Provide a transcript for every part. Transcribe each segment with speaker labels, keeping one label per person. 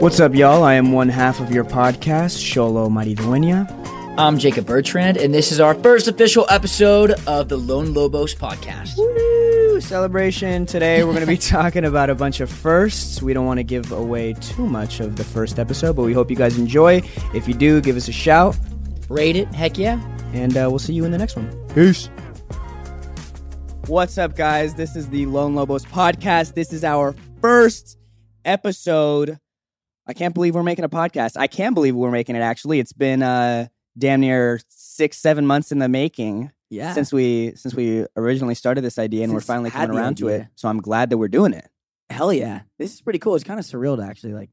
Speaker 1: What's up, y'all? I am one half of your podcast, Sholo Maridueña.
Speaker 2: I'm Jacob Bertrand, and this is our first official episode of the Lone Lobos podcast.
Speaker 1: Woo! Celebration. Today we're going to be talking about a bunch of firsts. We don't want to give away too much of the first episode, but we hope you guys enjoy. If you do, give us a shout,
Speaker 2: Rate it, heck yeah.
Speaker 1: and uh, we'll see you in the next one. Peace. What's up, guys? This is the Lone Lobos podcast. This is our first episode. I can't believe we're making a podcast. I can't believe we're making it. Actually, it's been uh, damn near six, seven months in the making
Speaker 2: Yeah.
Speaker 1: since we since we originally started this idea, and we're
Speaker 3: Since
Speaker 1: finally
Speaker 3: had
Speaker 1: coming
Speaker 3: the
Speaker 1: around to
Speaker 3: idea.
Speaker 1: it. So I'm glad that we're doing it.
Speaker 3: Hell yeah. This is pretty cool. It's kind of surreal to actually like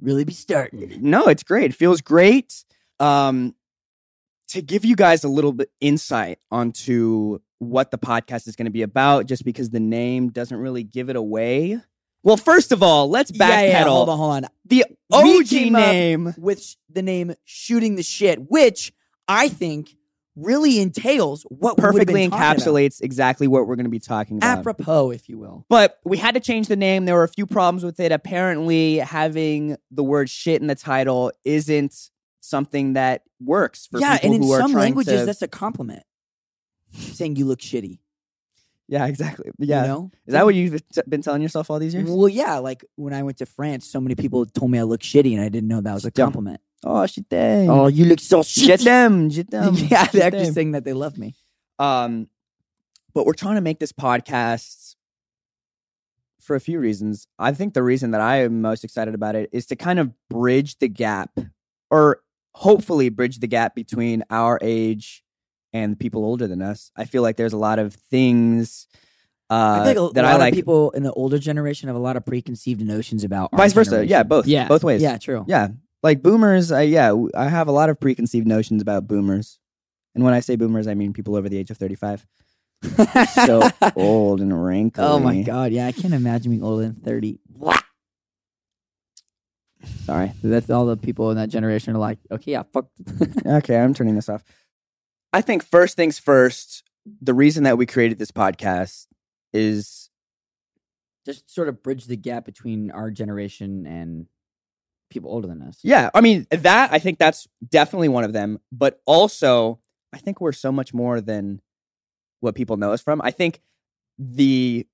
Speaker 3: really be starting.
Speaker 1: No, it's great. It feels great. Um, to give you guys a little bit insight onto what the podcast is going to be about, just because the name doesn't really give it away. Well, first of all, let's backpedal.
Speaker 3: Yeah, yeah, hold on, hold on.
Speaker 1: The
Speaker 3: We
Speaker 1: OG
Speaker 3: came up-
Speaker 1: name.
Speaker 3: With sh- the name Shooting the Shit, which I think really entails what we would've
Speaker 1: Perfectly
Speaker 3: been talking about.
Speaker 1: encapsulates exactly what we're going to be talking about.
Speaker 3: Apropos, if you will.
Speaker 1: But we had to change the name. There were a few problems with it. Apparently, having the word shit in the title isn't something that works for
Speaker 3: yeah,
Speaker 1: people
Speaker 3: and in
Speaker 1: who are
Speaker 3: some
Speaker 1: trying
Speaker 3: languages,
Speaker 1: to-
Speaker 3: that's a compliment. Saying you look shitty.
Speaker 1: yeah, exactly.
Speaker 3: Yeah.
Speaker 1: Yeah.
Speaker 3: You know?
Speaker 1: Is that what
Speaker 3: Mm-hmm.
Speaker 1: you've t- been telling yourself all these years?
Speaker 3: Well, yeah, like when I went to France, so many people told me I look shitty and I didn't know that was a
Speaker 1: Dumb.
Speaker 3: compliment.
Speaker 1: Oh, shit. dang.
Speaker 3: Oh, you look so
Speaker 1: Shit
Speaker 3: shitty.
Speaker 1: them. Shit them.
Speaker 3: yeah,
Speaker 1: shit
Speaker 3: they're actually
Speaker 1: them.
Speaker 3: saying that they love me.
Speaker 1: Um, but we're trying to make this podcast for a few reasons. I think the reason that I am most excited about it is to kind of bridge the gap, or hopefully bridge the gap between our age and the people older than us. I feel like there's a lot of things uh,
Speaker 3: I think a
Speaker 1: that
Speaker 3: lot
Speaker 1: I like.
Speaker 3: of people in the older generation have a lot of preconceived notions about our
Speaker 1: vice versa,
Speaker 3: generation.
Speaker 1: yeah, both,
Speaker 2: Yeah.
Speaker 1: both ways,
Speaker 3: Yeah, true.
Speaker 1: yeah. Like boomers, I, yeah, w- I have a lot of preconceived notions about boomers, and when I say boomers, I mean people over the age of thirty-five. so old and wrinkly.
Speaker 3: oh my Oh god, yeah, I can't imagine being older than thirty. Sorry, that's all the people in that generation are like. Okay, yeah, fuck.
Speaker 1: Okay, I'm turning this off. I think first things first, the reason that we created this podcast is
Speaker 3: Just sort of bridge the gap between our generation and people older than us.
Speaker 1: yeah, I mean that I think that's definitely one of them, but also I think we're so much more than what people know us from. I think the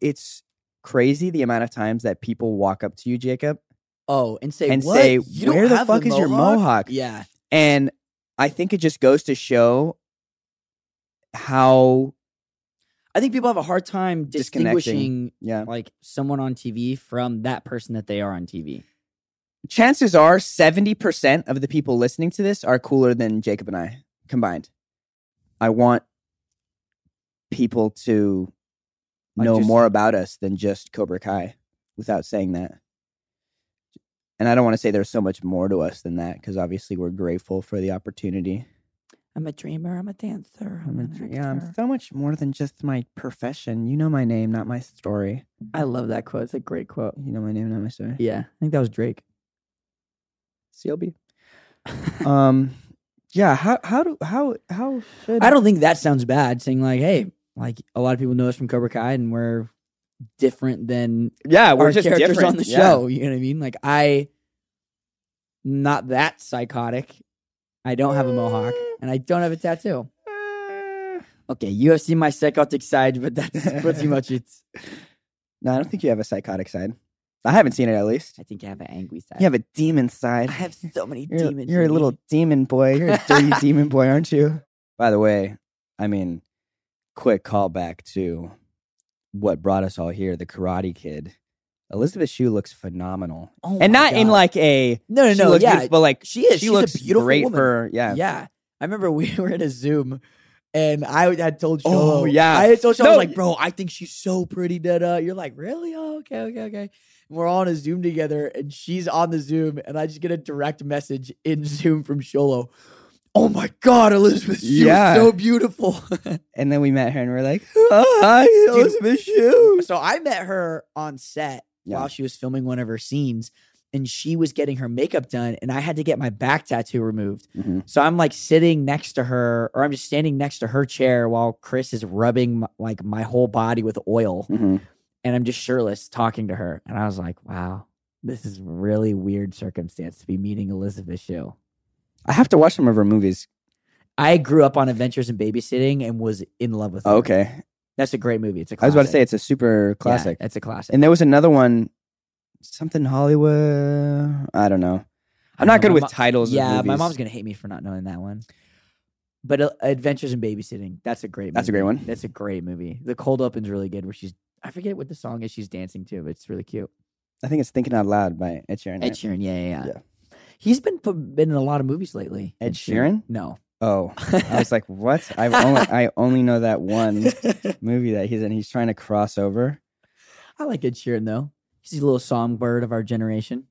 Speaker 1: it's crazy the amount of times that people walk up to you, Jacob,
Speaker 3: Oh, and say
Speaker 1: and
Speaker 3: what?
Speaker 1: say,
Speaker 3: You don't
Speaker 1: "Where the
Speaker 3: have
Speaker 1: fuck is your mohawk?"
Speaker 3: Yeah.
Speaker 1: And I think it just goes to show how
Speaker 3: I think people have a hard time
Speaker 1: Disconnecting.
Speaker 3: distinguishing
Speaker 1: yeah.
Speaker 3: like someone on TV from that person that they are on TV.
Speaker 1: Chances are 70% of the people listening to this are cooler than Jacob and I combined. I want people to
Speaker 3: Like
Speaker 1: know
Speaker 3: just-
Speaker 1: more about us than just Cobra Kai without saying that. And I don't want to say there's so much more to us than that because obviously we're grateful for the opportunity.
Speaker 3: I'm a dreamer. I'm a dancer.
Speaker 1: so much more than just my profession. You know my name, not my story.
Speaker 3: I love that quote. It's a great quote.
Speaker 1: You know my name, not my story.
Speaker 3: Yeah, I think that was Drake.
Speaker 1: CLB. um, yeah. How how do how how should
Speaker 3: I don't think that sounds bad. Saying like, hey, like a lot of people know us from Cobra Kai, and we're different than
Speaker 1: Yeah, we're
Speaker 3: our
Speaker 1: just
Speaker 3: characters
Speaker 1: different
Speaker 3: on the
Speaker 1: Yeah.
Speaker 3: show. You know what I mean? Like I, not that psychotic. I don't have a mohawk,
Speaker 1: Eh.
Speaker 3: and I don't have a tattoo.
Speaker 1: Uh,
Speaker 3: Okay, you have seen my psychotic side, but that's pretty much it.
Speaker 1: No, I don't think you have a psychotic side. I haven't seen it at least.
Speaker 3: I think I have an angry side.
Speaker 1: You have a demon side.
Speaker 3: I have so many
Speaker 1: You're,
Speaker 3: demons.
Speaker 1: you're a
Speaker 3: in me.
Speaker 1: little demon boy. You're a dirty demon boy, aren't you? By the way, I mean, quick callback to what brought us all here, the Karate Kid. Elizabeth Shue looks phenomenal,
Speaker 3: Oh
Speaker 1: and
Speaker 3: my
Speaker 1: not in
Speaker 3: God.
Speaker 1: like a
Speaker 3: no, no,
Speaker 1: she
Speaker 3: no.
Speaker 1: looks
Speaker 3: yeah,
Speaker 1: beautiful, but like
Speaker 3: she is.
Speaker 1: she
Speaker 3: She's
Speaker 1: looks
Speaker 3: a beautiful
Speaker 1: great
Speaker 3: woman.
Speaker 1: for yeah.
Speaker 3: Yeah. I remember we were in a Zoom and I had told Sholo.
Speaker 1: Oh, yeah.
Speaker 3: I had told Sholo, I
Speaker 1: No.
Speaker 3: was like, bro, I think she's so pretty, da da. You're like, really? Oh, okay, okay, okay. And we're all on a Zoom together and she's on the Zoom and I just get a direct message in Zoom from Sholo. Oh my God, Elizabeth, you're
Speaker 1: Yeah.
Speaker 3: so beautiful.
Speaker 1: And then we met her and we're like, oh, hi, Elizabeth Shue.
Speaker 3: so I met her on set
Speaker 1: Yeah.
Speaker 3: while she was filming one of her scenes and she was getting her makeup done and I had to get my back tattoo removed.
Speaker 1: Mhm.
Speaker 3: So I'm like sitting next to her, or I'm just standing next to her chair while Chris is rubbing my, like my whole body with oil.
Speaker 1: Mhm. and I'm just shirtless talking to her. And I was like, wow, this is really weird circumstance to be meeting Elizabeth Shue. I have to watch some of her movies.
Speaker 3: I grew up on Adventures in Babysitting and was in love with. her.
Speaker 1: okay.
Speaker 3: that's a great movie. It's a
Speaker 1: I was
Speaker 3: classic.
Speaker 1: about to say it's a super
Speaker 3: Yeah,
Speaker 1: classic.
Speaker 3: it's a classic.
Speaker 1: And there was another one, something Hollywood. I don't know. I'm
Speaker 3: I
Speaker 1: not
Speaker 3: don't
Speaker 1: good
Speaker 3: know,
Speaker 1: with
Speaker 3: my mo-
Speaker 1: titles. of
Speaker 3: Yeah, my
Speaker 1: movies.
Speaker 3: mom's gonna hate me for not knowing that one. But uh, Adventures in Babysitting, that's a great.
Speaker 1: That's a
Speaker 3: movie.
Speaker 1: great one.
Speaker 3: That's a great movie. The cold open's really good, where she's I forget what the song is she's dancing to, but it's really cute.
Speaker 1: I think it's Thinking Out Loud by Ed Sheeran. right?
Speaker 3: Ed Sheeran, yeah, yeah, yeah.
Speaker 1: Yeah.
Speaker 3: He's been pu- been in a lot of movies lately.
Speaker 1: Ed Sheeran?
Speaker 3: No.
Speaker 1: Oh, I was like, what? I only I only know that one movie that he's in. He's trying to cross over.
Speaker 3: I like Ed Sheeran though. He's a little songbird of our generation.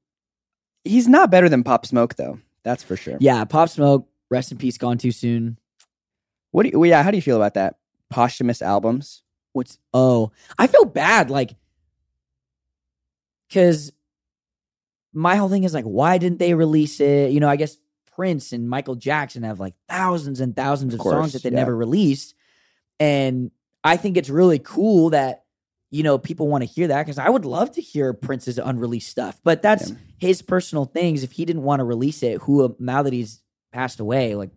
Speaker 1: He's not better than Pop Smoke though. That's for sure.
Speaker 3: Yeah, Pop Smoke, rest in peace, gone too soon.
Speaker 1: What do you, well, yeah, how do you feel about that? Posthumous albums?
Speaker 3: What's oh, I feel bad, like, because my whole thing is like, why didn't they release it? You know, I guess Prince and Michael Jackson have like thousands and thousands of,
Speaker 1: Of
Speaker 3: songs
Speaker 1: course,
Speaker 3: that they
Speaker 1: yeah.
Speaker 3: never released, and I think it's really cool that you know people want to hear that because I would love to hear Prince's unreleased stuff, but that's
Speaker 1: Yeah.
Speaker 3: his personal things. If he didn't want to release it, who am- now that he's passed away, like.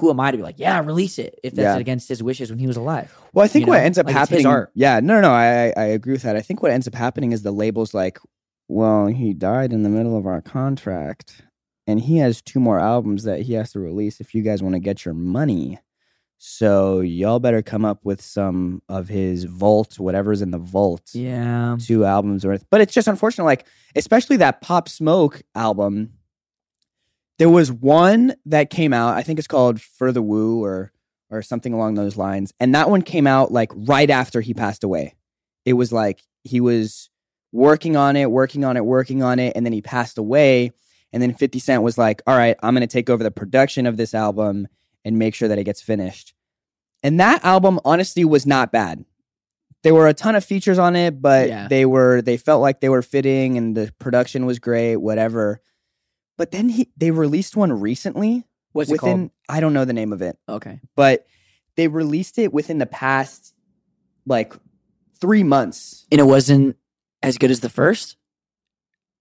Speaker 3: Who am I to be like, yeah, release it if that's
Speaker 1: Yeah.
Speaker 3: against his wishes when he was alive?
Speaker 1: Well, I think
Speaker 3: You
Speaker 1: what
Speaker 3: know?
Speaker 1: ends up
Speaker 3: Like, it's his
Speaker 1: happening.
Speaker 3: art.
Speaker 1: Yeah, no, no, no, I I- I agree with that. I think what ends up happening is the labels like, well, he died in the middle of our contract, and he has two more albums that he has to release if you guys want to get your money. So y'all better come up with some of his vault, whatever's in the vault.
Speaker 3: Yeah.
Speaker 1: two albums worth. But it's just unfortunate, like especially that Pop Smoke album. There was one that came out. I think it's called For the Woo or or something along those lines, and that one came out like right after he passed away. It was like he was working on it, working on it, working on it, and then he passed away. And then 50 Cent was like, all right, I'm going to take over the production of this album and make sure that it gets finished. And that album, honestly, was not bad. There were a ton of features on it, but
Speaker 3: Yeah.
Speaker 1: they were, they felt like they were fitting and the production was great, whatever. But then he, they released one recently
Speaker 3: What's
Speaker 1: within, I don't know the name of it
Speaker 3: it called? Okay.
Speaker 1: but they released it within the past like three months.
Speaker 3: And it wasn't as good as the first?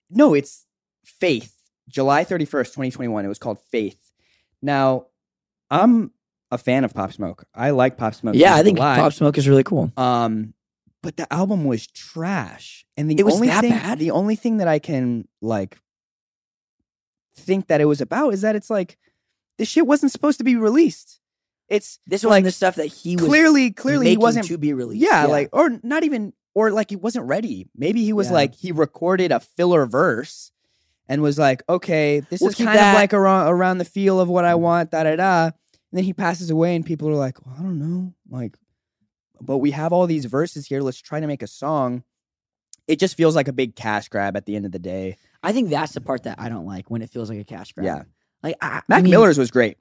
Speaker 1: No, it's Faith, July 31st, 2021. It was called Faith. Now, I'm a fan of Pop Smoke. I like Pop Smoke.
Speaker 3: yeah,
Speaker 1: Not
Speaker 3: I think
Speaker 1: gonna lie.
Speaker 3: Pop Smoke is really cool.
Speaker 1: Um, but the album was trash, and the
Speaker 3: It was
Speaker 1: only
Speaker 3: that
Speaker 1: thing,
Speaker 3: bad?
Speaker 1: the only thing that I can like think that it was about is that it's like this shit wasn't supposed to be released. It's
Speaker 3: This
Speaker 1: Like,
Speaker 3: stuff that he
Speaker 1: clearly, clearly he
Speaker 3: making
Speaker 1: wasn't
Speaker 3: to be released.
Speaker 1: Yeah, like or not even or like he wasn't ready. Maybe he was
Speaker 3: Yeah.
Speaker 1: like he recorded a filler verse and was like, okay, this
Speaker 3: We'll
Speaker 1: is
Speaker 3: keep
Speaker 1: kind
Speaker 3: that- Mm.
Speaker 1: of like around around the feel of what I want, da da da. And then he passes away, and people are like, well, I don't know, like, but we have all these verses here. Let's try to make a song. It just feels like a big cash grab at the end of the day.
Speaker 3: I think that's the part that I don't like when it feels like a cash grab.
Speaker 1: Yeah.
Speaker 3: Like I,
Speaker 1: Mac
Speaker 3: I mean,
Speaker 1: Miller's was great.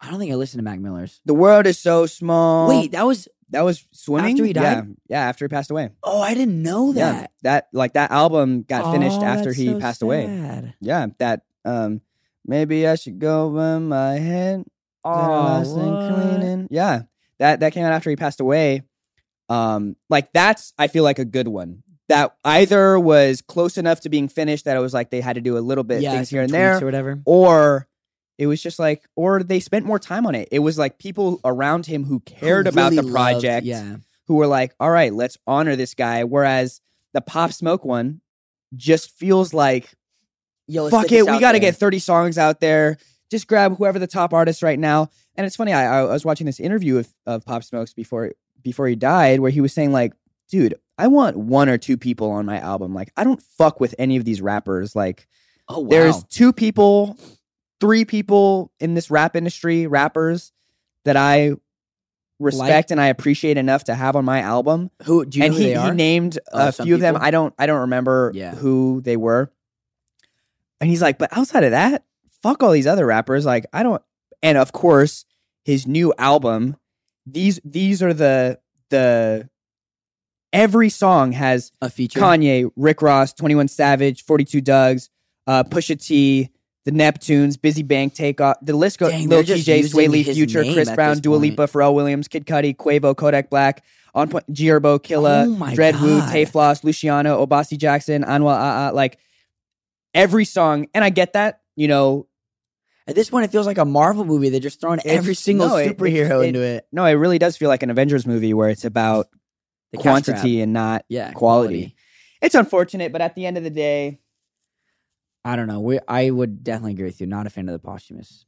Speaker 3: I don't think I listened to Mac Miller's.
Speaker 1: The world is so small.
Speaker 3: Wait, that was
Speaker 1: that was swimming
Speaker 3: After he
Speaker 1: Yeah,
Speaker 3: died?
Speaker 1: yeah, after he passed away.
Speaker 3: Oh, I didn't know
Speaker 1: Yeah,
Speaker 3: that.
Speaker 1: that like that album got finished
Speaker 3: Oh,
Speaker 1: after
Speaker 3: that's
Speaker 1: he
Speaker 3: so
Speaker 1: passed away.
Speaker 3: sad.
Speaker 1: yeah, that um maybe I should go in my head.
Speaker 3: Oh,
Speaker 1: and
Speaker 3: what?
Speaker 1: cleaning. Yeah. That that came out after he passed away. Um like that's I feel like a good one. That either was close enough to being finished that it was like they had to do a little bit
Speaker 3: yeah,
Speaker 1: things
Speaker 3: some
Speaker 1: here and
Speaker 3: tweaks or
Speaker 1: there
Speaker 3: whatever.
Speaker 1: or it was just like or they spent more time on it. It was like people around him who cared
Speaker 3: Who
Speaker 1: about
Speaker 3: really
Speaker 1: the
Speaker 3: loved-
Speaker 1: project
Speaker 3: yeah,
Speaker 1: who were like, all right, let's honor this guy. Whereas the Pop Smoke one just feels like
Speaker 3: Yo, let's
Speaker 1: fuck
Speaker 3: get
Speaker 1: it.
Speaker 3: this
Speaker 1: We
Speaker 3: out
Speaker 1: got to
Speaker 3: there.
Speaker 1: get 30 songs out there. Just grab whoever the top artist right now. And it's funny. I, I was watching this interview of, of Pop Smokes before before he died, where he was saying like, dude, I want one or two people on my album. Like, I don't fuck with any of these rappers. Like,
Speaker 3: Oh wow,
Speaker 1: there's two people, three people in this rap industry, rappers that I respect and I appreciate enough to have on my album
Speaker 3: who do you
Speaker 1: and
Speaker 3: know
Speaker 1: he,
Speaker 3: who they
Speaker 1: he
Speaker 3: are?
Speaker 1: named
Speaker 3: Oh,
Speaker 1: a
Speaker 3: some
Speaker 1: few of them.
Speaker 3: people?
Speaker 1: I don't I don't remember
Speaker 3: Yeah.
Speaker 1: who they were. And he's like, but outside of that, fuck all these other rappers. Like I don't. And of course, his new album. These these are the the. Every song has
Speaker 3: a feature.
Speaker 1: Kanye, Rick Ross, Twenty One Savage, Forty Two Dugs, uh, Pusha T, the Neptunes, Busy Bank, Takeoff. The list goes.
Speaker 2: Dang,
Speaker 1: Lil
Speaker 2: they're just
Speaker 1: TJ, Sway
Speaker 2: using
Speaker 1: Lee,
Speaker 2: his
Speaker 1: Future,
Speaker 2: name
Speaker 1: Chris
Speaker 2: at
Speaker 1: Brown,
Speaker 2: this
Speaker 1: Dua
Speaker 2: point.
Speaker 1: Lipa, Pharrell Williams, Kid Cudi, Quavo, Kodak Black, On Point, Gierbo, Killa,
Speaker 2: Oh my
Speaker 1: Dread Wu,
Speaker 2: God.
Speaker 1: Tay Floss, Luciano, Obasi Jackson, Anwar Ah Ah. Like every song, and I get that. You know,
Speaker 3: At this point, it feels like a Marvel movie. They're just throwing
Speaker 1: It's-
Speaker 3: every single
Speaker 1: no, it- it-
Speaker 3: superhero
Speaker 1: it-
Speaker 3: into it.
Speaker 1: no, it really does feel like an Avengers movie where it's about
Speaker 3: The cash grab.
Speaker 1: quantity and not.
Speaker 3: yeah,
Speaker 1: quality. It's unfortunate, but at the end of the day,
Speaker 3: I don't know. We, I would definitely agree with you. Not a fan of the posthumous.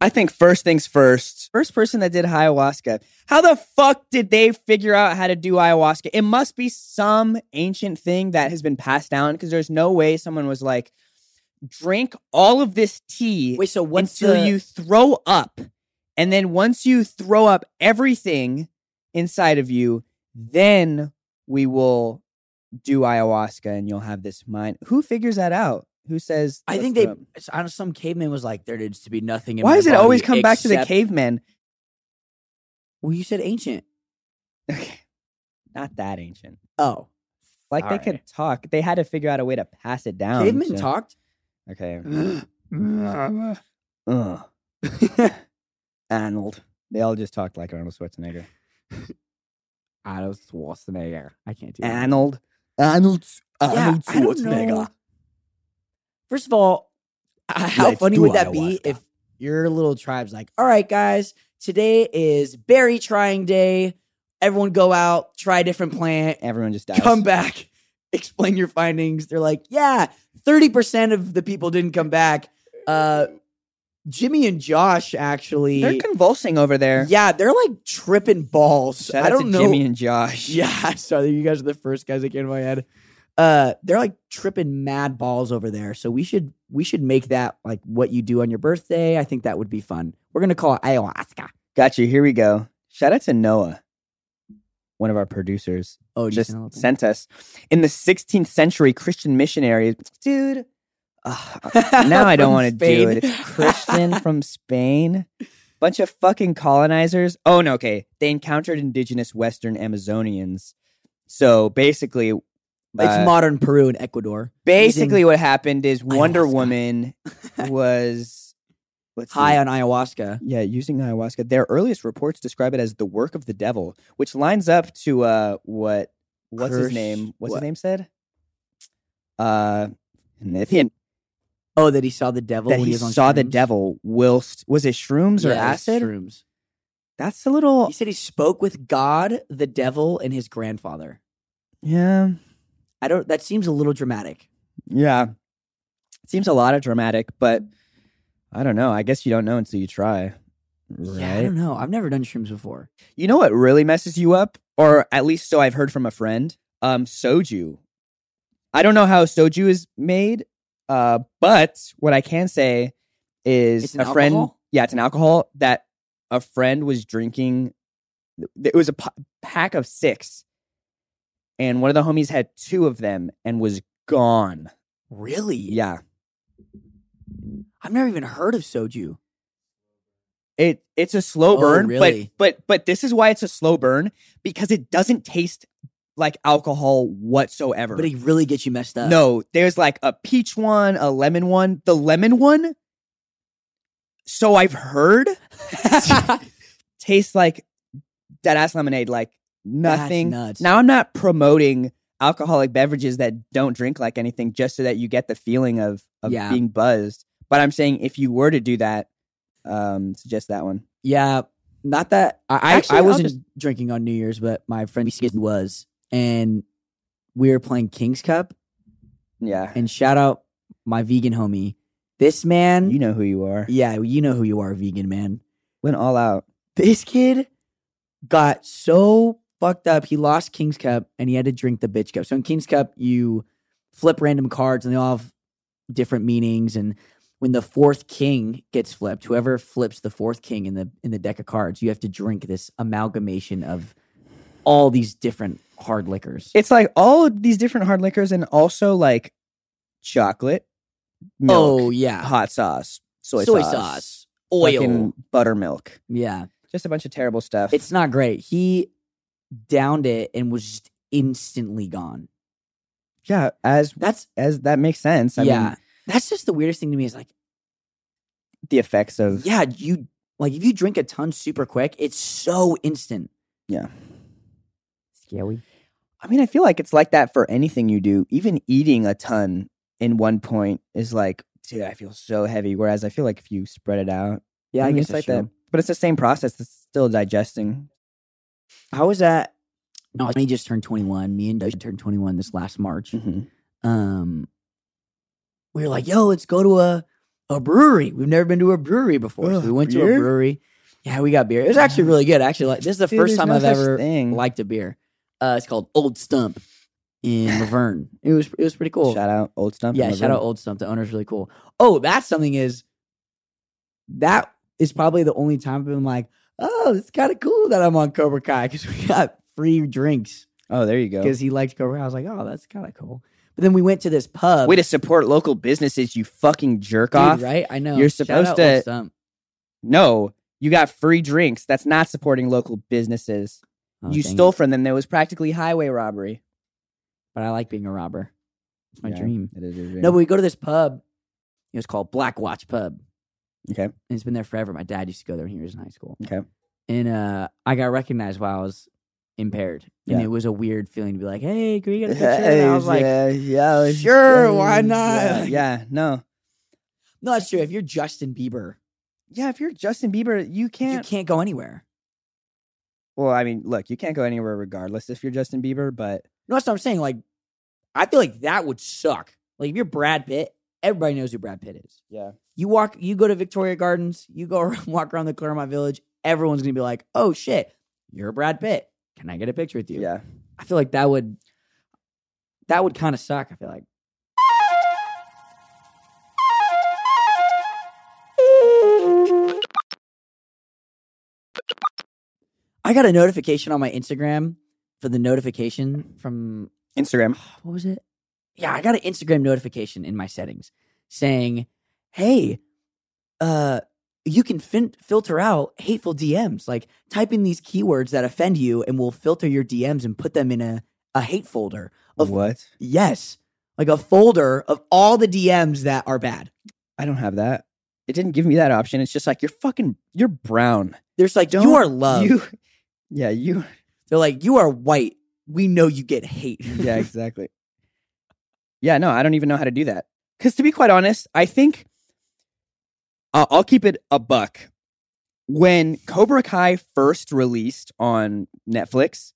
Speaker 1: I think first things first. First person that did ayahuasca. How the fuck did they figure out how to do ayahuasca? It must be some ancient thing that has been passed down because there's no way someone was like, drink all of this tea
Speaker 3: Wait, so what's
Speaker 1: until
Speaker 3: the
Speaker 1: you throw up. And then once you throw up everything inside of you, then we will do ayahuasca and you'll have this mind. Who figures that out? Who says?
Speaker 3: I
Speaker 1: let's
Speaker 3: think
Speaker 1: throw
Speaker 3: they.
Speaker 1: up?
Speaker 3: it's- I don't. Some caveman was like, "There needs to be nothing." In
Speaker 1: Why
Speaker 3: my
Speaker 1: does it always
Speaker 3: body
Speaker 1: come back to the
Speaker 3: except-"
Speaker 1: cavemen?
Speaker 3: Well, you said ancient.
Speaker 1: Okay. Not that ancient.
Speaker 3: Oh,
Speaker 1: Like they
Speaker 3: All
Speaker 1: could talk. They had to figure out a way to pass it down.
Speaker 3: caveman
Speaker 1: so-
Speaker 3: talked.
Speaker 1: Okay. Ugh.
Speaker 3: Mm.
Speaker 1: Arnold. They all just talked like Arnold Schwarzenegger.
Speaker 3: Arnold Schwarzenegger. I can't do that.
Speaker 1: Arnold. Arnold.
Speaker 3: Yeah, I don't know. uh, First of all, uh, how
Speaker 1: Let's
Speaker 3: funny
Speaker 1: do
Speaker 3: would that be
Speaker 1: ayahuasca.
Speaker 3: if your little tribe's like, all right, guys, today is berry trying day. Everyone go out, try a different plant,
Speaker 1: Everyone just dies.
Speaker 3: come back, explain your findings. They're like, yeah, 30% of the people didn't come back. Uh, Jimmy and Josh actually.
Speaker 1: They're convulsing over there.
Speaker 3: yeah, they're like tripping balls.
Speaker 1: Shout
Speaker 3: I
Speaker 1: out
Speaker 3: don't
Speaker 1: to
Speaker 3: know.
Speaker 1: Jimmy and Josh.
Speaker 3: Yeah, sorry, you guys are the first guys that came to my head. Uh, they're like tripping mad balls over there. So we should we should make that like what you do on your birthday. I think that would be fun. We're gonna call it ayahuasca.
Speaker 1: Got you. Here we go. Shout out to Noah, one of our producers.
Speaker 3: Oh,
Speaker 1: just
Speaker 3: Jason Elephant.
Speaker 1: sent us in the 16th century Christian missionary, dude. ugh, now I don't
Speaker 3: From
Speaker 1: want to do
Speaker 3: Spain.
Speaker 1: it. It's Christian from Spain, bunch of fucking colonizers. Oh no, okay. They encountered indigenous Western Amazonians. So basically,
Speaker 3: it's
Speaker 1: uh,
Speaker 3: modern Peru and Ecuador.
Speaker 1: basically what happened is Wonder
Speaker 3: Ayahuasca.
Speaker 1: Woman was let's see.
Speaker 3: High on ayahuasca.
Speaker 1: Yeah, using ayahuasca. Their earliest reports describe it as the work of the devil, which lines up to uh what what's his
Speaker 3: Curse-
Speaker 1: name? What's his
Speaker 3: what?
Speaker 1: name said? Uh Nathan
Speaker 3: Oh, that he saw the devil
Speaker 1: that
Speaker 3: when
Speaker 1: he
Speaker 3: he, was on
Speaker 1: saw the
Speaker 3: shrooms?
Speaker 1: devil whilst was it shrooms or
Speaker 3: Yeah, it was
Speaker 1: acid?
Speaker 3: Shrooms.
Speaker 1: That's a little
Speaker 3: He said he spoke with God, the devil, and his grandfather.
Speaker 1: Yeah.
Speaker 3: I don't. That seems a little dramatic.
Speaker 1: Yeah. Seems a lot of dramatic, but I don't know. I guess you don't know until you try. Right.
Speaker 3: Yeah, I don't know. I've never done shrooms before.
Speaker 1: You know what really messes you up, or at least so I've heard from a friend? Um, soju. I don't know how soju is made, uh, but what I can say is
Speaker 3: It's
Speaker 1: a
Speaker 3: an
Speaker 1: friend.
Speaker 3: alcohol?
Speaker 1: Yeah, it's an alcohol that a friend was drinking. It was a p- pack of six, and one of the homies had two of them and was gone.
Speaker 3: Really?
Speaker 1: Yeah,
Speaker 3: I've never even heard of soju.
Speaker 1: it it's a slow
Speaker 3: Oh,
Speaker 1: burn,
Speaker 3: really?
Speaker 1: but but but this is why it's a slow burn because it doesn't taste like alcohol whatsoever.
Speaker 3: But it really gets you messed up.
Speaker 1: No, there's like a peach one, a lemon one. The lemon one, so I've heard, tastes like dead ass lemonade, like nothing.
Speaker 3: That's nuts.
Speaker 1: Now I'm not promoting alcoholic beverages that don't drink like anything just so that you get the feeling of of
Speaker 3: Yeah.
Speaker 1: being buzzed. But I'm saying if you were to do that, um, suggest that one.
Speaker 3: yeah, not that I
Speaker 1: Actually,
Speaker 3: I, I
Speaker 1: I'll
Speaker 3: wasn't
Speaker 1: just-
Speaker 3: drinking on New Year's, but my friend Skid was, and we were playing King's Cup.
Speaker 1: Yeah.
Speaker 3: And shout out my vegan homie, this man.
Speaker 1: You know who you are.
Speaker 3: yeah, you know who you are, vegan man.
Speaker 1: Went all out.
Speaker 3: This kid got so fucked up. He lost King's Cup and he had to drink the bitch cup. So in King's Cup, you flip random cards and they all have different meanings. And when the fourth king gets flipped, whoever flips the fourth king in the in the deck of cards, you have to drink this amalgamation of all these different hard liquors.
Speaker 1: It's like all of these different hard liquors and also like chocolate. Milk.
Speaker 3: Oh yeah.
Speaker 1: hot sauce, soy,
Speaker 3: Soy
Speaker 1: sauce,
Speaker 3: sauce, Oil.
Speaker 1: fucking buttermilk,
Speaker 3: yeah.
Speaker 1: just a bunch of terrible stuff.
Speaker 3: It's not great. He downed it and was just instantly gone.
Speaker 1: yeah, as
Speaker 3: That's
Speaker 1: as that makes sense. I
Speaker 3: yeah.
Speaker 1: mean,
Speaker 3: that's just the weirdest thing to me is like,
Speaker 1: the effects of
Speaker 3: yeah, you like if you drink a ton super quick, it's so instant.
Speaker 1: Yeah.
Speaker 3: Scary.
Speaker 1: I mean, I feel like it's like that for anything you do. Even eating a ton in one point is like, dude, I feel so heavy. Whereas I feel like if you spread it out,
Speaker 3: Yeah,
Speaker 1: I
Speaker 3: I,
Speaker 1: mean,
Speaker 3: guess
Speaker 1: it's like
Speaker 3: true.
Speaker 1: that. But it's the same process. It's still digesting.
Speaker 3: I was at no, I just turned 21. Me and Doug turned 21 this last March.
Speaker 1: Mm.
Speaker 3: Um we were like, yo, let's go to a a brewery. We've never been to a brewery before. so
Speaker 1: Ugh,
Speaker 3: we went to a
Speaker 1: beer?
Speaker 3: brewery. Yeah, we got beer. It was actually really good. Actually, like this is the
Speaker 1: Dude,
Speaker 3: first
Speaker 1: there's
Speaker 3: time
Speaker 1: no
Speaker 3: I've
Speaker 1: such
Speaker 3: ever
Speaker 1: thing.
Speaker 3: liked a beer. Uh it's called Old Stump in Laverne. It was it was pretty cool.
Speaker 1: Shout out old stump.
Speaker 3: oh. Yeah, shout out Old Stump. The owner's really cool. Oh, that's something is that is probably the only time I've been like, oh, it's kind of cool that I'm on Cobra Kai because we got free drinks
Speaker 1: Oh, there you go.
Speaker 3: because he liked Cobra Kai. I was like, oh, that's kind of cool. But then we went to this pub.
Speaker 1: Way to support local businesses, you fucking jerk
Speaker 3: Dude,
Speaker 1: off.
Speaker 3: right? I know.
Speaker 1: You're
Speaker 3: Shout
Speaker 1: supposed
Speaker 3: out
Speaker 1: to-
Speaker 3: Old Stump.
Speaker 1: No, you got free drinks. That's not supporting local businesses.
Speaker 3: Oh,
Speaker 1: you
Speaker 3: dang
Speaker 1: stole
Speaker 3: it.
Speaker 1: from them. That was practically highway robbery.
Speaker 3: but I like being a robber. It's my
Speaker 1: Yeah,
Speaker 3: dream.
Speaker 1: It is your dream.
Speaker 3: No, but we go to this pub. It was called Black Watch Pub.
Speaker 1: Okay.
Speaker 3: And it's been there forever. My dad used to go there when he was in high school.
Speaker 1: Okay.
Speaker 3: And uh, I got recognized while I was impaired. And
Speaker 1: Yeah.
Speaker 3: it was a weird feeling to be like, hey, can we get a picture? And I was like,
Speaker 1: yeah, yeah, it's-
Speaker 3: "Sure, why
Speaker 1: yeah,
Speaker 3: not?"
Speaker 1: Yeah, no.
Speaker 3: no, that's true. If you're Justin Bieber,
Speaker 1: Yeah, if you're Justin Bieber, you
Speaker 3: you
Speaker 1: can't.
Speaker 3: can't go anywhere.
Speaker 1: Well, I mean, look, you can't go anywhere regardless if you're Justin Bieber, but
Speaker 3: No, that's what I'm saying. Like, I feel like that would suck. Like, if you're Brad Pitt, everybody knows who Brad Pitt is.
Speaker 1: yeah,
Speaker 3: You walk, you go to Victoria Gardens, you go around, walk around the Claremont Village, everyone's going to be like, oh shit, you're Brad Pitt. Can I get a picture with you?
Speaker 1: yeah.
Speaker 3: I feel like that would that would kind of suck. I feel like. I got a notification on my Instagram for the notification from
Speaker 1: Instagram.
Speaker 3: what was it? Yeah, I got an Instagram notification in my settings saying, "Hey, uh, you can fin- filter out hateful DMs. Like, type in these keywords that offend you, and we'll filter your DMs and put them in a a hate folder. Of-
Speaker 1: what?
Speaker 3: Yes, like a folder of all the DMs that are bad.
Speaker 1: I don't have that. It didn't give me that option. It's just like you're fucking. You're brown.
Speaker 3: There's like
Speaker 1: Don't
Speaker 3: you are loved.
Speaker 1: You. Yeah, you.
Speaker 3: They're like you are white. We know you get hate.
Speaker 1: Yeah, exactly. yeah, no, I don't even know how to do that. Because to be quite honest, I think I'll I'll keep it a buck. When Cobra Kai first released on Netflix,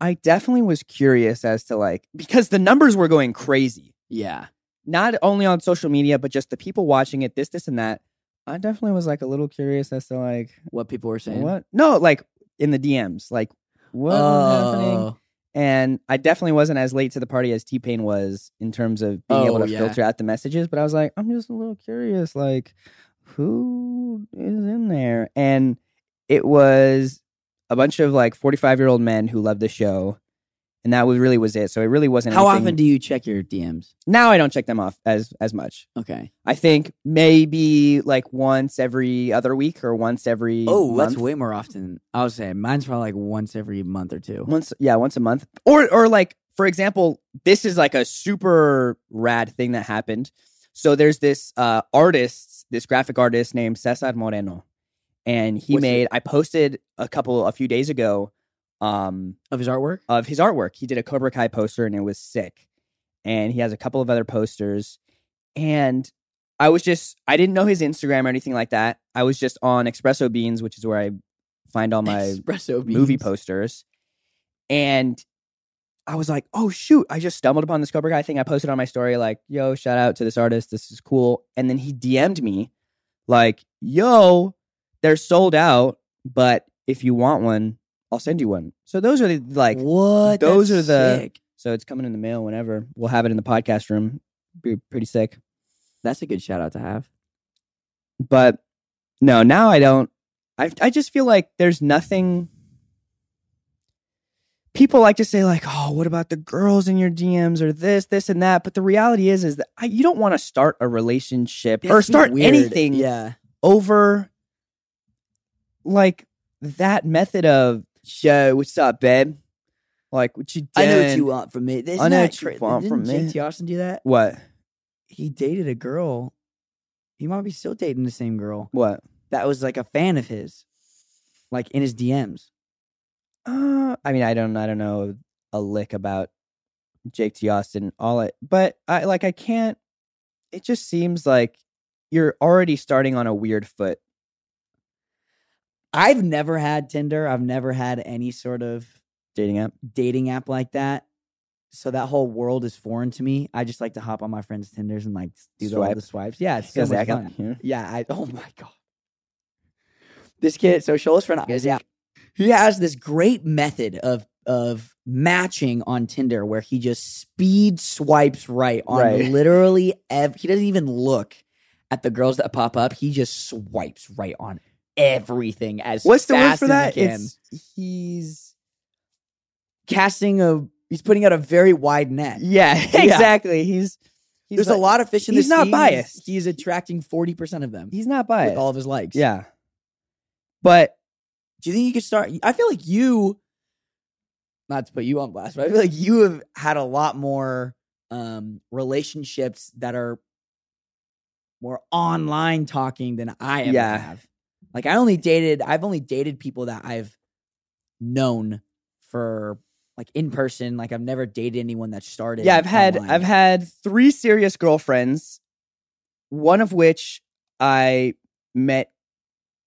Speaker 1: I definitely was curious as to like, because the numbers were going crazy,
Speaker 3: yeah.
Speaker 1: not only on social media, but just the people watching it, this, this, and that. I definitely was like a little curious as to like,
Speaker 3: What people were saying.
Speaker 1: what? No, like in the DMs, like, what was happening?
Speaker 3: Oh.
Speaker 1: And I definitely wasn't as late to the party as T Pain was in terms of being
Speaker 3: Oh,
Speaker 1: able to
Speaker 3: yeah.
Speaker 1: filter out the messages. But I was like, I'm just a little curious, like, who is in there? And it was a bunch of like 45 year old men who loved the show. And that was really was it. So it really wasn't.
Speaker 3: How
Speaker 1: anything-
Speaker 3: often do you check your DMs?
Speaker 1: now I don't check them off as as much.
Speaker 3: Okay.
Speaker 1: I think maybe like once every other week or once every
Speaker 3: Oh, that's
Speaker 1: month.
Speaker 3: way more often. I would say mine's probably like once every month or two.
Speaker 1: once yeah once a month or or like for example this is like a super rad thing that happened so there's this uh artist this graphic artist named cesar moreno and he
Speaker 3: What's
Speaker 1: made i posted a couple a few days ago um
Speaker 3: Of his artwork?
Speaker 1: of his artwork he did a cobra kai poster and it was sick and he has a couple of other posters and i was just i didn't know his instagram or anything like that i was just on espresso beans which is where i find all my
Speaker 3: espresso
Speaker 1: movie
Speaker 3: beans.
Speaker 1: posters. And I was like, oh shoot, I just stumbled upon this Cobra Guy thing. I posted on my story, like, yo, shout out to this artist. This is cool. And then he DM'd me, like, yo, they're sold out, but if you want one, I'll send you one. So those are the like
Speaker 3: what?
Speaker 1: those
Speaker 3: That's
Speaker 1: are the-
Speaker 3: sick.
Speaker 1: so it's coming in the mail whenever. We'll have it in the podcast room. Be pretty sick.
Speaker 3: That's a good shout out to have.
Speaker 1: But no, now I don't. I I just feel like there's nothing. People like to say like, "Oh, what about the girls in your DMs or this, this, and that?" But the reality is, is that I, you don't want to start a relationship or
Speaker 3: That's
Speaker 1: start
Speaker 3: weird.
Speaker 1: anything
Speaker 3: Yeah.
Speaker 1: over like that method of "Yo, what's up, babe? Like what you did.
Speaker 3: I know what you want from me. Isn't
Speaker 1: I know
Speaker 3: that
Speaker 1: what you
Speaker 3: cra-
Speaker 1: want
Speaker 3: didn't
Speaker 1: from me.
Speaker 3: JT Austin do that?
Speaker 1: What?
Speaker 3: He dated a girl. He might be still dating the same girl
Speaker 1: What?
Speaker 3: that was like a fan of his, like in his DMs.
Speaker 1: Uh, I mean, I don't, I don't know a lick about Jake T. Austin. All it, but I like, I can't. It just seems like you're already starting on a weird foot.
Speaker 3: I've never had Tinder. I've never had any sort of
Speaker 1: Dating app.
Speaker 3: dating app like that. So that whole world is foreign to me. I just like to hop on my friends' Tinders and like do the- all
Speaker 1: Swipe.
Speaker 3: the swipes. Yeah, it's so much fun.
Speaker 1: yeah.
Speaker 3: Yeah, I oh my god. This kid, so Sholas friend Isaac, he has this great method of of matching on Tinder where he just speed swipes right on
Speaker 1: Right.
Speaker 3: literally ev- he doesn't even look at the girls that pop up. He just swipes right on everything as
Speaker 1: What's the word
Speaker 3: fast
Speaker 1: for
Speaker 3: as
Speaker 1: that?
Speaker 3: he can.
Speaker 1: It's he's
Speaker 3: casting a he's putting out a very wide net.
Speaker 1: yeah, exactly. He's, he's
Speaker 3: There's
Speaker 1: like-
Speaker 3: a lot of fish in
Speaker 1: he's
Speaker 3: this
Speaker 1: not
Speaker 3: sea.
Speaker 1: biased.
Speaker 3: He's attracting 40% of them
Speaker 1: He's not
Speaker 3: with
Speaker 1: biased.
Speaker 3: all of his likes.
Speaker 1: yeah, but
Speaker 3: Do you think you could start? I feel like you, not to put you on blast, but I feel like you have had a lot more um, relationships that are more online talking than I ever
Speaker 1: Yeah.
Speaker 3: have. Like I only dated, I've only dated people that I've known for like in person. Like I've never dated anyone that started.
Speaker 1: yeah, I've had
Speaker 3: online.
Speaker 1: I've had three serious girlfriends, one of which I met,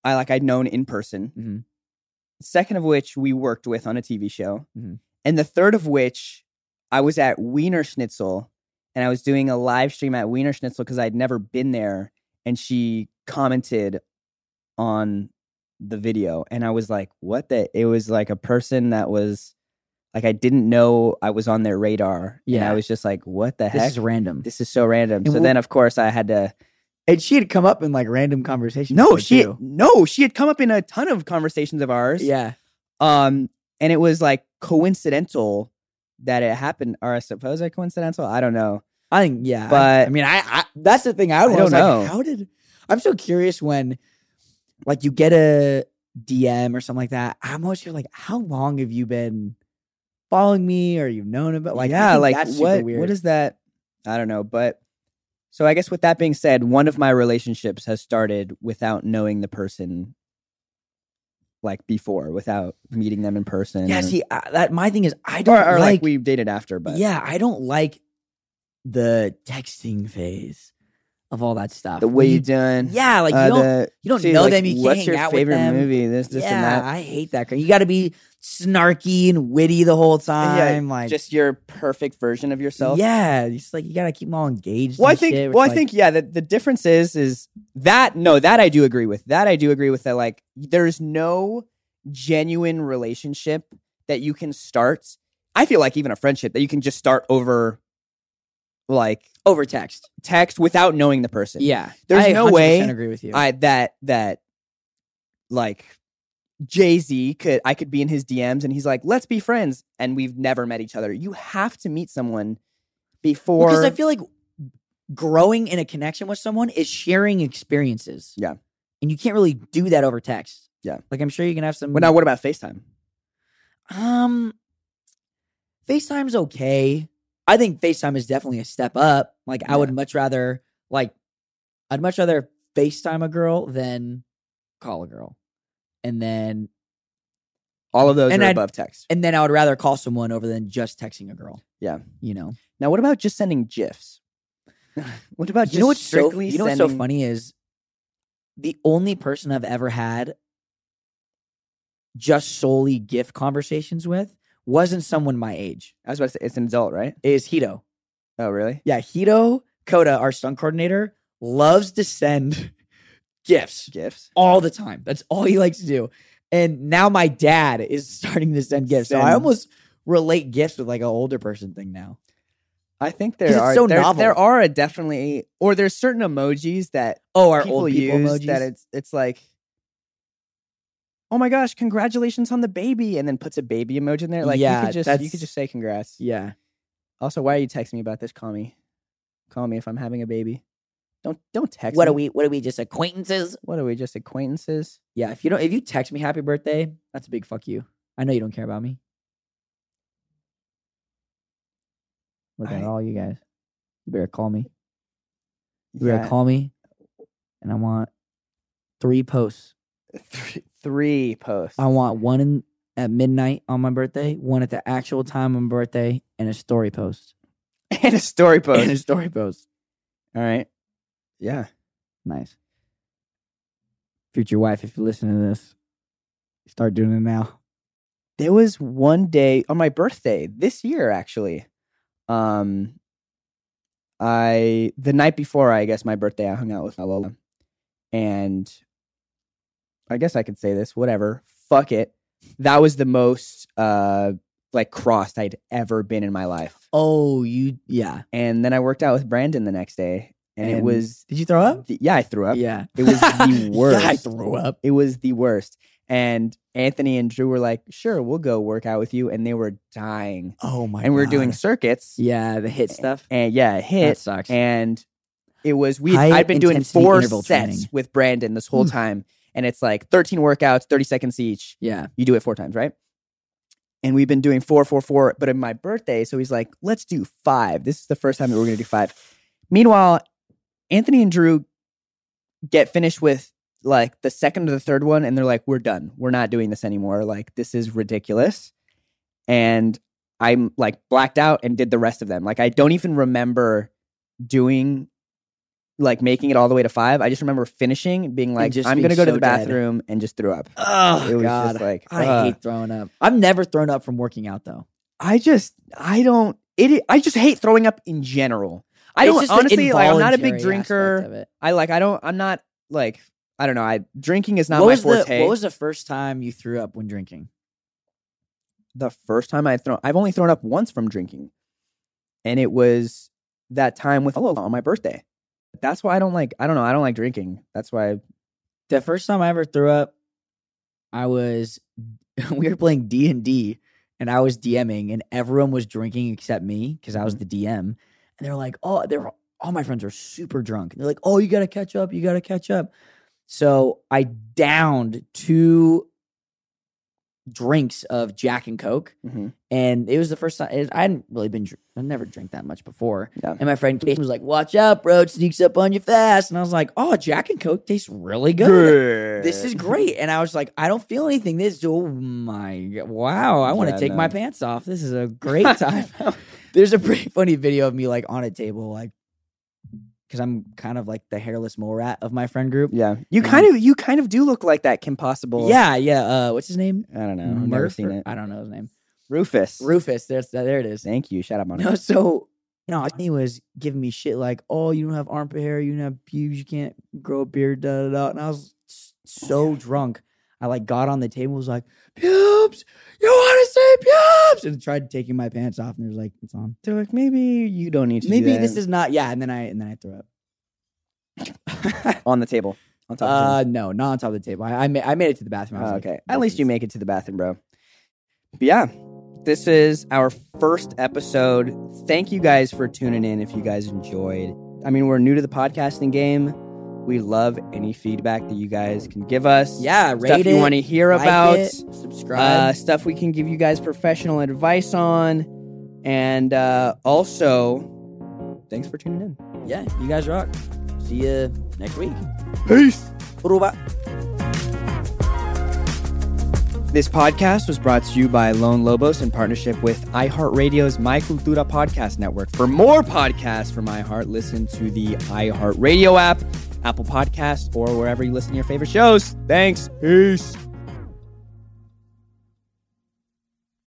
Speaker 1: I like I'd known in person.
Speaker 3: Mhm.
Speaker 1: Second of which we worked with on a TV show,
Speaker 3: Mhm.
Speaker 1: and the third of which I was at Wiener Schnitzel, and I was doing a live stream at Wiener Schnitzel because I'd never been there, and she commented on the video, and I was like, "What the?" It was like a person that was. Like I didn't know I was on their radar, and
Speaker 3: Yeah.
Speaker 1: I was just like, "What the
Speaker 3: this
Speaker 1: heck?
Speaker 3: is random.
Speaker 1: this is so random.
Speaker 3: And
Speaker 1: so
Speaker 3: we'll-
Speaker 1: then, of course, I had to.
Speaker 3: and she had come up in like random conversations.
Speaker 1: No,
Speaker 3: before,
Speaker 1: she
Speaker 3: too.
Speaker 1: no, she had come up in a ton of conversations of ours.
Speaker 3: Yeah.
Speaker 1: Um, and it was like coincidental that it happened, or I suppose a coincidental. I don't know.
Speaker 3: I think yeah. I- I,
Speaker 1: But-
Speaker 3: mean, I, I that's the thing I, was
Speaker 1: don't
Speaker 3: like,
Speaker 1: know.
Speaker 3: How did I'm so curious when like you get a DM or something like that. I'm always here like, how long have you been following me or you've known about like I
Speaker 1: yeah,
Speaker 3: think
Speaker 1: like
Speaker 3: that's super
Speaker 1: what?
Speaker 3: weird.
Speaker 1: What is that? I don't know. But so I guess with that being said, one of my relationships has started without knowing the person, like before, without meeting them in person.
Speaker 3: yeah?
Speaker 1: or-
Speaker 3: See, I, that my thing is I don't
Speaker 1: or, or like,
Speaker 3: like,
Speaker 1: we dated after, but
Speaker 3: yeah, I don't like the texting phase of all that stuff.
Speaker 1: the way you done,
Speaker 3: yeah, like you
Speaker 1: uh,
Speaker 3: don't
Speaker 1: the-
Speaker 3: you don't
Speaker 1: See,
Speaker 3: know
Speaker 1: like,
Speaker 3: them. You
Speaker 1: what's
Speaker 3: can't
Speaker 1: your
Speaker 3: hang out with
Speaker 1: favorite
Speaker 3: them.
Speaker 1: movie? This, this,
Speaker 3: yeah,
Speaker 1: and that.
Speaker 3: I hate that. You got to be snarky and witty the whole time. like
Speaker 1: just your perfect version of yourself.
Speaker 3: yeah, just like you got to keep them all engaged.
Speaker 1: Well, I
Speaker 3: and
Speaker 1: think.
Speaker 3: shit, which,
Speaker 1: well, I
Speaker 3: like-
Speaker 1: think. Yeah. The, the difference is, is that no, that I do agree with. That I do agree with. That like, there's no genuine relationship that you can start. I feel like even a friendship that you can just start over, like
Speaker 3: over text.
Speaker 1: text without knowing the person.
Speaker 3: Yeah,
Speaker 1: There's
Speaker 3: I
Speaker 1: no way
Speaker 3: 100% Agree with you.
Speaker 1: I that that like Jay Z could I could be in his DMs and he's like, let's be friends, and we've never met each other. You have to meet someone before.
Speaker 3: because I feel like growing in a connection with someone is sharing experiences.
Speaker 1: Yeah.
Speaker 3: and you can't really do that over text.
Speaker 1: Yeah.
Speaker 3: like I'm sure you can have some.
Speaker 1: well, now what about Facetime?
Speaker 3: Um, FaceTime's okay. I think FaceTime is definitely a step up. Like, I would much rather, like, I'd much rather FaceTime a girl than call a girl. And then,
Speaker 1: All of those
Speaker 3: And
Speaker 1: are
Speaker 3: I'd-
Speaker 1: above text.
Speaker 3: and then I would rather call someone over than just texting a girl.
Speaker 1: Yeah.
Speaker 3: You know,
Speaker 1: Now, what about just sending gifs? what about just
Speaker 3: you know what's so,
Speaker 1: strictly?
Speaker 3: you know what's so
Speaker 1: sending-
Speaker 3: funny is the only person I've ever had just solely gift conversations with wasn't someone my age.
Speaker 1: I was about to say it's an adult, right?
Speaker 3: Is Hito.
Speaker 1: Oh, really?
Speaker 3: Yeah, Hito Koda, our stunt coordinator, loves to send gifts
Speaker 1: Gifts.
Speaker 3: all the time. That's all he likes to do. And now my dad is starting to send gifts. So I
Speaker 1: Send.
Speaker 3: almost relate gifts with like an older person thing now.
Speaker 1: I think
Speaker 3: 'Cause
Speaker 1: there
Speaker 3: it's
Speaker 1: are
Speaker 3: so
Speaker 1: there,
Speaker 3: novel.
Speaker 1: there are a definitely or there's certain emojis that
Speaker 3: Oh, our
Speaker 1: people,
Speaker 3: old people
Speaker 1: use
Speaker 3: emojis.
Speaker 1: that it's it's like oh my gosh congratulations on the baby and then puts a baby emoji in there like
Speaker 3: Yeah,
Speaker 1: you could just you
Speaker 3: that's-
Speaker 1: could just say congrats
Speaker 3: yeah.
Speaker 1: also why are you texting me about this call me call me if i'm having a baby don't don't text
Speaker 3: What
Speaker 1: me.
Speaker 3: are we what are we just acquaintances?
Speaker 1: what are we just acquaintances
Speaker 3: Yeah, if you don't if you text me happy birthday, that's a big fuck you. I know you don't care about me. looking at
Speaker 1: I-
Speaker 3: all you guys. You better call me. You
Speaker 1: Yeah.
Speaker 3: better call me. And I want three posts.
Speaker 1: Three, three posts.
Speaker 3: I want one in, at midnight on my birthday, one at the actual time on my birthday, and a story post.
Speaker 1: and a story
Speaker 3: And a
Speaker 1: post.
Speaker 3: story post.
Speaker 1: All right. Yeah.
Speaker 3: Nice. Future wife, if you listen to this, start doing it now.
Speaker 1: There was one day on my birthday this year, actually. Um, I the night before, I guess my birthday, I hung out with Alola, and I guess I could say this. Whatever. Fuck it. That was the most uh like crossed I'd ever been in my life.
Speaker 3: Oh, you yeah.
Speaker 1: And then I worked out with Brandon the next day, and, it
Speaker 3: And-
Speaker 1: was
Speaker 3: Did you throw up?
Speaker 1: the, yeah, I threw up.
Speaker 3: Yeah.
Speaker 1: It was the worst.
Speaker 3: Yeah, I threw up.
Speaker 1: It was the worst. And Anthony and Drew were like, sure, we'll go work out with you. And they were dying.
Speaker 3: Oh my
Speaker 1: and we were doing
Speaker 3: God.
Speaker 1: circuits.
Speaker 3: Yeah, the hit stuff.
Speaker 1: And yeah, it hit.
Speaker 3: That sucks.
Speaker 1: And it was we
Speaker 3: High
Speaker 1: I'd been doing
Speaker 3: intensity
Speaker 1: four
Speaker 3: interval
Speaker 1: sets
Speaker 3: training.
Speaker 1: with Brandon this whole
Speaker 3: Mm.
Speaker 1: time. And it's like 13 workouts, 30 seconds each.
Speaker 3: yeah.
Speaker 1: You do it four times, right? And we've been doing four, four, four, but in my birthday, so he's like, let's do five. This is the first time that we're gonna do five. Meanwhile, Anthony and Drew get finished with like the second or the third one, and they're like, we're done. We're not doing this anymore. Like, this is ridiculous. And I'm like blacked out and did the rest of them. Like, I don't even remember doing like making it all the way to five. I just remember finishing and being like,
Speaker 3: just
Speaker 1: I'm
Speaker 3: being
Speaker 1: gonna go to
Speaker 3: so
Speaker 1: the
Speaker 3: dead.
Speaker 1: bathroom and just threw up.
Speaker 3: Oh
Speaker 1: it was
Speaker 3: God.
Speaker 1: just like
Speaker 3: I
Speaker 1: ugh.
Speaker 3: hate throwing up. I've never thrown up from working out though.
Speaker 1: I just I don't it I just hate throwing up in general. I
Speaker 3: It's
Speaker 1: don't
Speaker 3: just the
Speaker 1: honestly like I'm not a big
Speaker 3: involuntary aspect
Speaker 1: drinker.
Speaker 3: of it.
Speaker 1: I like I don't I'm not like I don't know. I drinking is not
Speaker 3: what
Speaker 1: my
Speaker 3: was
Speaker 1: forte.
Speaker 3: The, what was the first time you threw up when drinking?
Speaker 1: the first time I thrown I've only thrown up once from drinking. And it was that time with Alola on my birthday. That's why I don't like I don't know, I don't like drinking. That's why
Speaker 3: The first time I ever threw up, I was we were playing D and D, and I was DMing, and everyone was drinking except me because
Speaker 1: Mm-hmm.
Speaker 3: I was the DM. And they're like, "Oh, they're all my friends are super drunk." And they're like, "Oh, you gotta catch up. You gotta catch up." So I downed two drinks of Jack and Coke,
Speaker 1: Mhm.
Speaker 3: and it was the first time it, I hadn't really been. dr- I never drank that much before.
Speaker 1: Yeah.
Speaker 3: And my friend Casey was like, "Watch out, bro! It sneaks up on you fast." And I was like, "Oh, Jack and Coke tastes really good." this is great. And I was like, I don't feel anything. This, oh my, God. wow, I want to
Speaker 1: Yeah,
Speaker 3: take my
Speaker 1: no.
Speaker 3: pants off. This is a great time. There's a pretty funny video of me like on a table, like, because I'm kind of like the hairless mole rat of my friend group.
Speaker 1: yeah. You
Speaker 3: Mm.
Speaker 1: kind of you kind of do look like that Kim Possible.
Speaker 3: Yeah, yeah. Uh, what's his name?
Speaker 1: I don't know. I've never
Speaker 3: Murph
Speaker 1: seen
Speaker 3: or-
Speaker 1: it.
Speaker 3: I don't know his name.
Speaker 1: Rufus.
Speaker 3: Rufus. There's there it is.
Speaker 1: Thank you. Shout out Monica.
Speaker 3: No, so you know, he was giving me shit like, "Oh, you don't have armpit hair, you don't have pubes, you can't grow a beard." Da da da. And I was
Speaker 1: Oh,
Speaker 3: s- so drunk, I like got on the table, was like, "Pubes, you want to say pubes?" And tried taking my pants off, and it was like, "It's on."
Speaker 1: They're like, maybe you don't need to. do
Speaker 3: Maybe
Speaker 1: that."
Speaker 3: this is not. Yeah, and then I and then I threw up.
Speaker 1: on the table. On top. of
Speaker 3: uh, no, not on top of the table. I I, ma- I made it to the
Speaker 1: the
Speaker 3: bathroom. I
Speaker 1: table.
Speaker 3: was
Speaker 1: Oh,
Speaker 3: like,
Speaker 1: okay.
Speaker 3: "This
Speaker 1: At least you
Speaker 3: is-
Speaker 1: make it to the bathroom, bro. But yeah, this is our first episode. Thank you guys for tuning in. If you guys enjoyed, I mean, we're new to the podcasting game. We love any feedback that you guys can give us.
Speaker 3: Yeah, rate
Speaker 1: stuff you
Speaker 3: it,
Speaker 1: want to hear
Speaker 3: like
Speaker 1: about.
Speaker 3: it, subscribe.
Speaker 1: uh, stuff we can give you guys professional advice on, and uh, also, thanks for tuning in.
Speaker 3: yeah, you guys rock. See you next week.
Speaker 1: Peace.
Speaker 3: Robot.
Speaker 1: This podcast was brought to you by Lone Lobos in partnership with iHeartRadio's My Cultura Podcast Network. For more podcasts from iHeart, listen to the iHeartRadio app, Apple Podcasts, or wherever you listen to your favorite shows. Thanks. Peace.